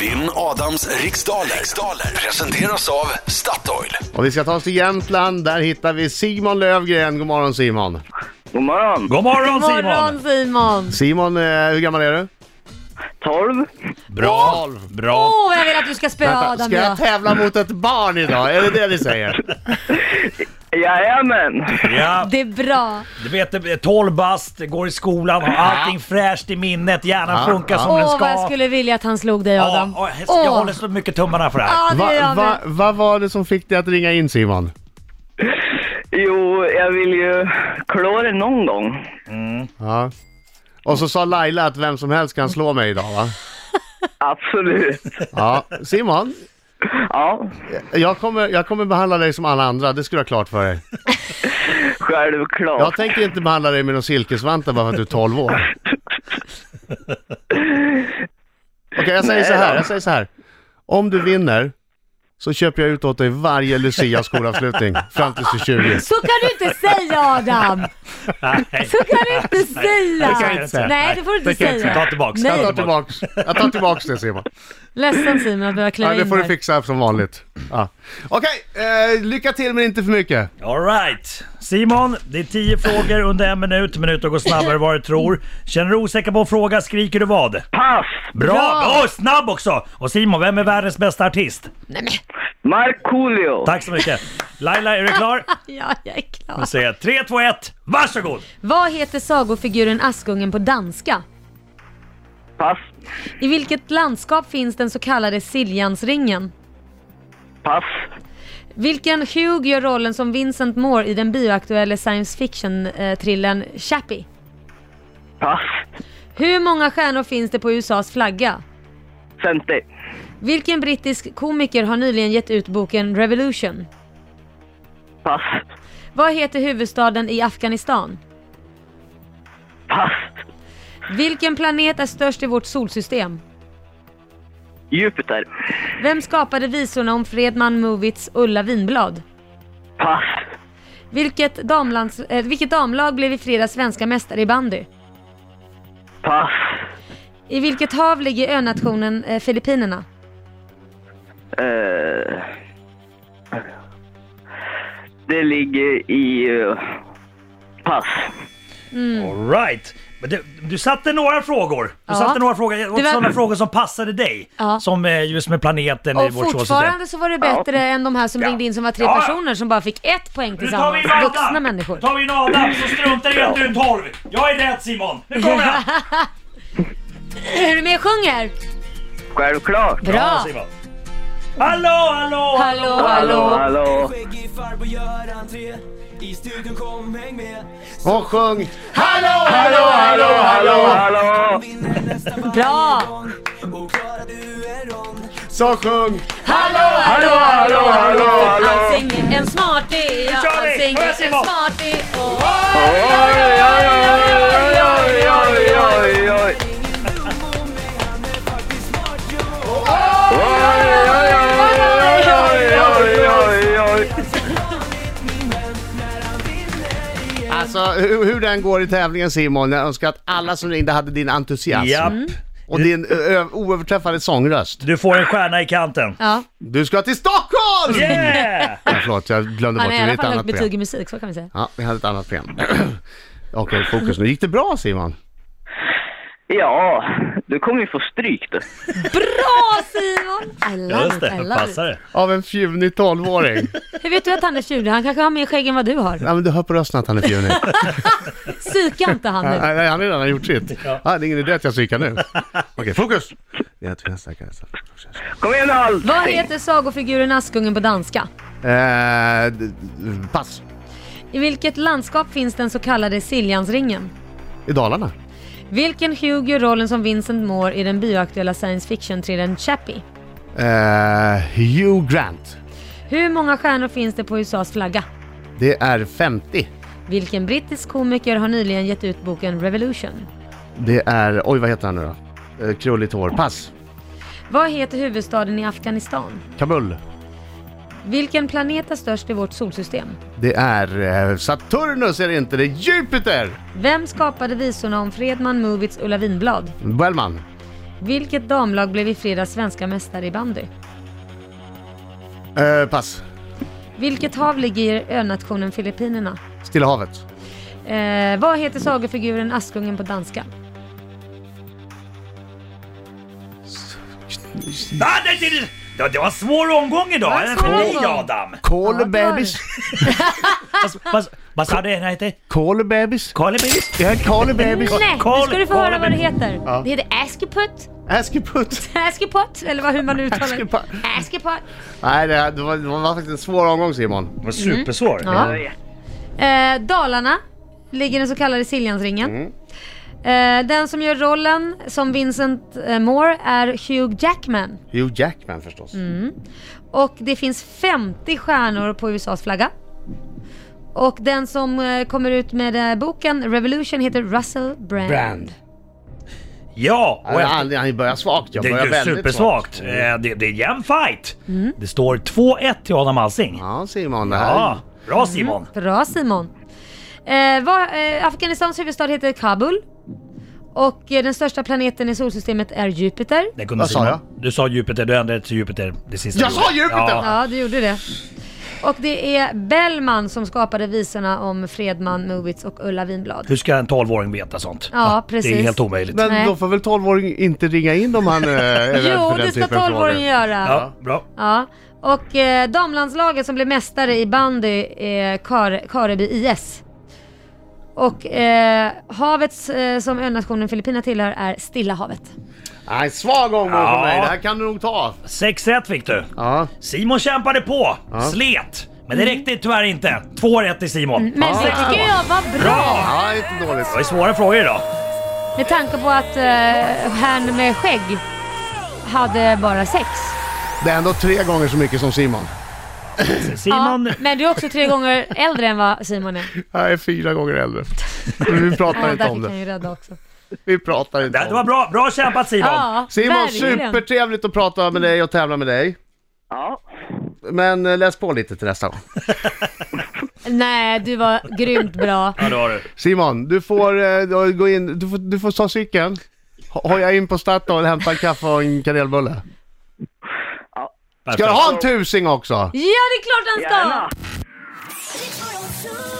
Vinn Adams riksdaler. riksdaler presenteras av Statoil. Och vi ska ta oss till Jämtland, där hittar vi Simon Lövgren. God morgon Simon. God morgon! God morgon God Simon! morgon Simon! Simon, eh, hur gammal är du? 12. Bra! Bra! Åh, vad jag vill att du ska spöa Vänta, Adam ska jag idag! tävla mot ett barn idag? Är det det ni säger? Jajamän! Ja, Det är bra. du vet, det är 12 bast, går i skolan, har allting fräscht i minnet, hjärnan Ja, funkar ja. som Åh, den ska. vad jag skulle vilja att han slog dig Adam. Ja, och jag håller så mycket tummarna för det här. Ja, det Va- gör jag va- med. Vad var det som fick dig att ringa in Simon? Jo, jag vill ju klå det någon gång. Ja. Och så sa Laila att vem som helst kan slå mig idag va? Absolut. Ja. Simon, Ja, jag kommer, jag kommer behandla dig som alla andra, det ska du ha klart för dig. självklart. Jag tänker inte behandla dig med någon silkesvantar bara för att du är 12 år. Okej, jag säger så här, jag säger så här. Om du vinner så köper jag ut åt dig varje Lucia skolavslutning fram tills du är 20. Så kan du inte säga Adam! Nej. Så kan du inte säga! det kan jag inte säga. Nej, det får du inte Det kan jag inte säga. säga. Ta tillbaks, ta Nej. Jag tar tillbaks, jag tar tillbaks det Simon. Ledsen Simon att behöva kliva Ja, det in får du här. fixa som vanligt. Ja. Okej, eh, lycka till men inte för mycket. All right. Simon, det är 10 frågor under en minut. Minuter går snabbare än vad du tror. Känner du osäker på en fråga skriker du vad? Pass! Bra! Bra. Åh, snabb också! Och Simon, vem är världens bästa artist? Markoolio! Tack så mycket. Laila, är du klar? Ja, jag är klar. Då säger jag 3, 2, 1, varsågod! Vad heter sagofiguren Askungen på danska? Pass! I vilket landskap finns den så kallade Siljansringen? Pass! Vilken Hugh gör rollen som Vincent Moore i den bioaktuella science fiction-thrillern Chappie? Pass! Hur många stjärnor finns det på USAs flagga? 50. Vilken brittisk komiker har nyligen gett ut boken Revolution? Pass! Vad heter huvudstaden i Afghanistan? Pass! Vilken planet är störst i vårt solsystem? Jupiter. Vem skapade visorna om Fredman Movits Ulla Winblad? Pass! Vilket, damlands, eh, vilket damlag blev i fredags svenska mästare i bandy? Pass! I vilket hav ligger önationen eh, Filippinerna? Eh, det ligger i... eh, pass. All right. Men du, du satte några frågor. Du Ja. satte några frågor, Det var- var... sådana frågor som passade dig. Ja. Som eh, just med planeten i Och vårt solsystem. fortfarande så var det bättre än de här som ringde in som var tre Ja. personer som bara fick ett poäng Nu tar vi tillsammans. in Adam! Vuxna människor. Nu tar vi in Adam så struntar i att du är 12. Jag är rätt Simon. Nu kommer han! Är du med och sjunger? Självklart! Ja, Bra! Simon. Hallå, hallå, Hallå, hallå! hallå. Skäggig farbror gör entré I studion kom häng med Och sjung Hallå, hallå, hallå, hallå! Hallå! Vinner nästan varje Bra. gång Och klarar du en rond Så sjung Hallå, hallå, hallå, hallå, hallå. Han sänger en smartie, ja, kör han vi. Kom sänger igen, en Simon. smartie. Åh, Oj, oj, oj, oj, oj. Han är faktiskt smart jo Alltså hur, hur den går i tävlingen Simon, jag önskar att alla som ringde hade din entusiasm. Japp. Mm. Och din ö, oöverträffade sångröst. Du får en stjärna i kanten. Ja, Du ska till Stockholm! Yeah! Ja, förlåt, jag glömde han bort har det. i Det är ett alla fall högt annat betyg program. i musik, så kan vi säga. Ja, vi hade ett annat program. Okej, fokus nu. Gick det bra Simon? Ja, du kommer ju få stryk du. Bra Simon! I love Just it, I det, love it. passar det. Av en fjunig tolvåring. Hur vet du att han är 20? Han kanske har mer skägg än vad du har. Ja men du hör på rösten att han är fjunig. Psyka inte han nu. Nej, han har redan gjort sitt. Ja, det är ingen idé att jag psykar nu. Okej, fokus! Det är att vi har starkare sak. Kom igen nu Vad Alfred! heter sagofiguren Askungen på danska? Eh, d- d- pass. I vilket landskap finns den så kallade Siljansringen? I Dalarna. Vilken Hugh gör rollen som Vincent Moore i den bioaktuella science fiction-thrillern Chappie? Eh, Hugh Grant. Hur många stjärnor finns det på USAs flagga? Det är 50. Vilken brittisk komiker har nyligen gett ut boken Revolution? Det är, oj vad heter han nu då? Eh, krulligt hår. Pass. Vad heter huvudstaden i Afghanistan? Kabul. Vilken planet är störst i vårt solsystem? Det är eh, Saturnus är det inte, det är Jupiter! Vem skapade visorna om Fredman Movits Ulla Winblad? Bellman. Vilket damlag blev i fredags svenska mästare i bandy? Eh, pass. Vilket hav ligger i önationen Filippinerna? Stilla havet. Eh, vad heter sagofiguren Askungen på danska? Ah, det, det, det, det var en svår omgång var idag. en En svår dig omgång. Adam. Call Ja, the det var babies. Vad- vad- Vad sa du? Den hette? Call the babies. Karle Babys? Det här är Call the babies. Nej, Karl- nu ska du få höra Karl- vad det heter. Ja. Det heter Askepott. Askeput. Askepott, eller vad, hur man uttalar det. Askepott. Askepott. Nej, det, här, det, var, det var faktiskt en svår omgång Simon. Det var supersvår. Mm. Ja. Jag vet. Eh, Dalarna ligger den så kallade Siljansringen. Mm. Eh, den som gör rollen som Vincent eh, Moore är Hugh Jackman. Hugh Jackman förstås. Mm. Och det finns 50 stjärnor på USAs flagga. Och den som eh, kommer ut med eh, boken Revolution heter Russell Brand. Brand. Ja, och Han, efter, han, han börjar svagt. Jag det börjar är ju väldigt supersvagt. Eh, Det, det är jämn fight. Mm. Det står 2-1 till Adam Alsing. Ja Simon, det här Ja, Mm. bra Simon. Bra Simon. Eh, vad, eh, Afghanistans huvudstad heter Kabul. Och eh, den största planeten i solsystemet är Jupiter. Det kunde Vad sa Simon. jag? Du sa Jupiter, du ändrade till Jupiter det sista Jag du sa gjorde. Jupiter! Ja. Ja, du gjorde det. Och det är Bellman som skapade visorna om Fredman, Movits och Ulla Winblad. Hur ska en 12-åring veta sånt? Ja, precis. Det är helt omöjligt. Men Nej. då får väl 12-åring inte ringa in om han eh, är rädd Jo, för den det ska typen av frågor. 12-åringen göra. Ja. Ja, bra. Och eh, damlandslaget som blev mästare i bandy är Kar- Kareby IS. Och eh, havet eh, som önationen Filippinerna tillhör är Stilla havet. Nej, svag omgång Ja. för mig. Det här kan du nog ta. 6-1 fick du. Ja. Simon kämpade på, slet. Men det Mm. räckte tyvärr inte. 2-1 till Simon. Men det tycker jag var bra! Ja, inte dåligt. Det var ju svåra frågor idag. Med tanke på att eh, herrn med skägg hade bara sex. Det är ändå tre gånger så mycket som Simon. Simon, Ja, men du är också tre gånger äldre än vad Simon är. Jag är fyra gånger äldre. Men vi pratar Ja, inte där om fick han det. ju rädda också. Vi pratar inte det om var det. bra, bra kämpat Simon. Ja, Simon, verkligen. supertrevligt att prata med dig och tävla med dig. Ja. Men eh, läs på lite till nästa gång. Nej, du var grymt bra. Ja, det har du. Simon, du får eh, då gå in, du får, du får ta cykeln. Ho- Hoja in på Statoil, hämta en kaffe och en kanelbulle. Ska du ha en tusing också? Ja, det är klart han ska! Gärna. Riks FM.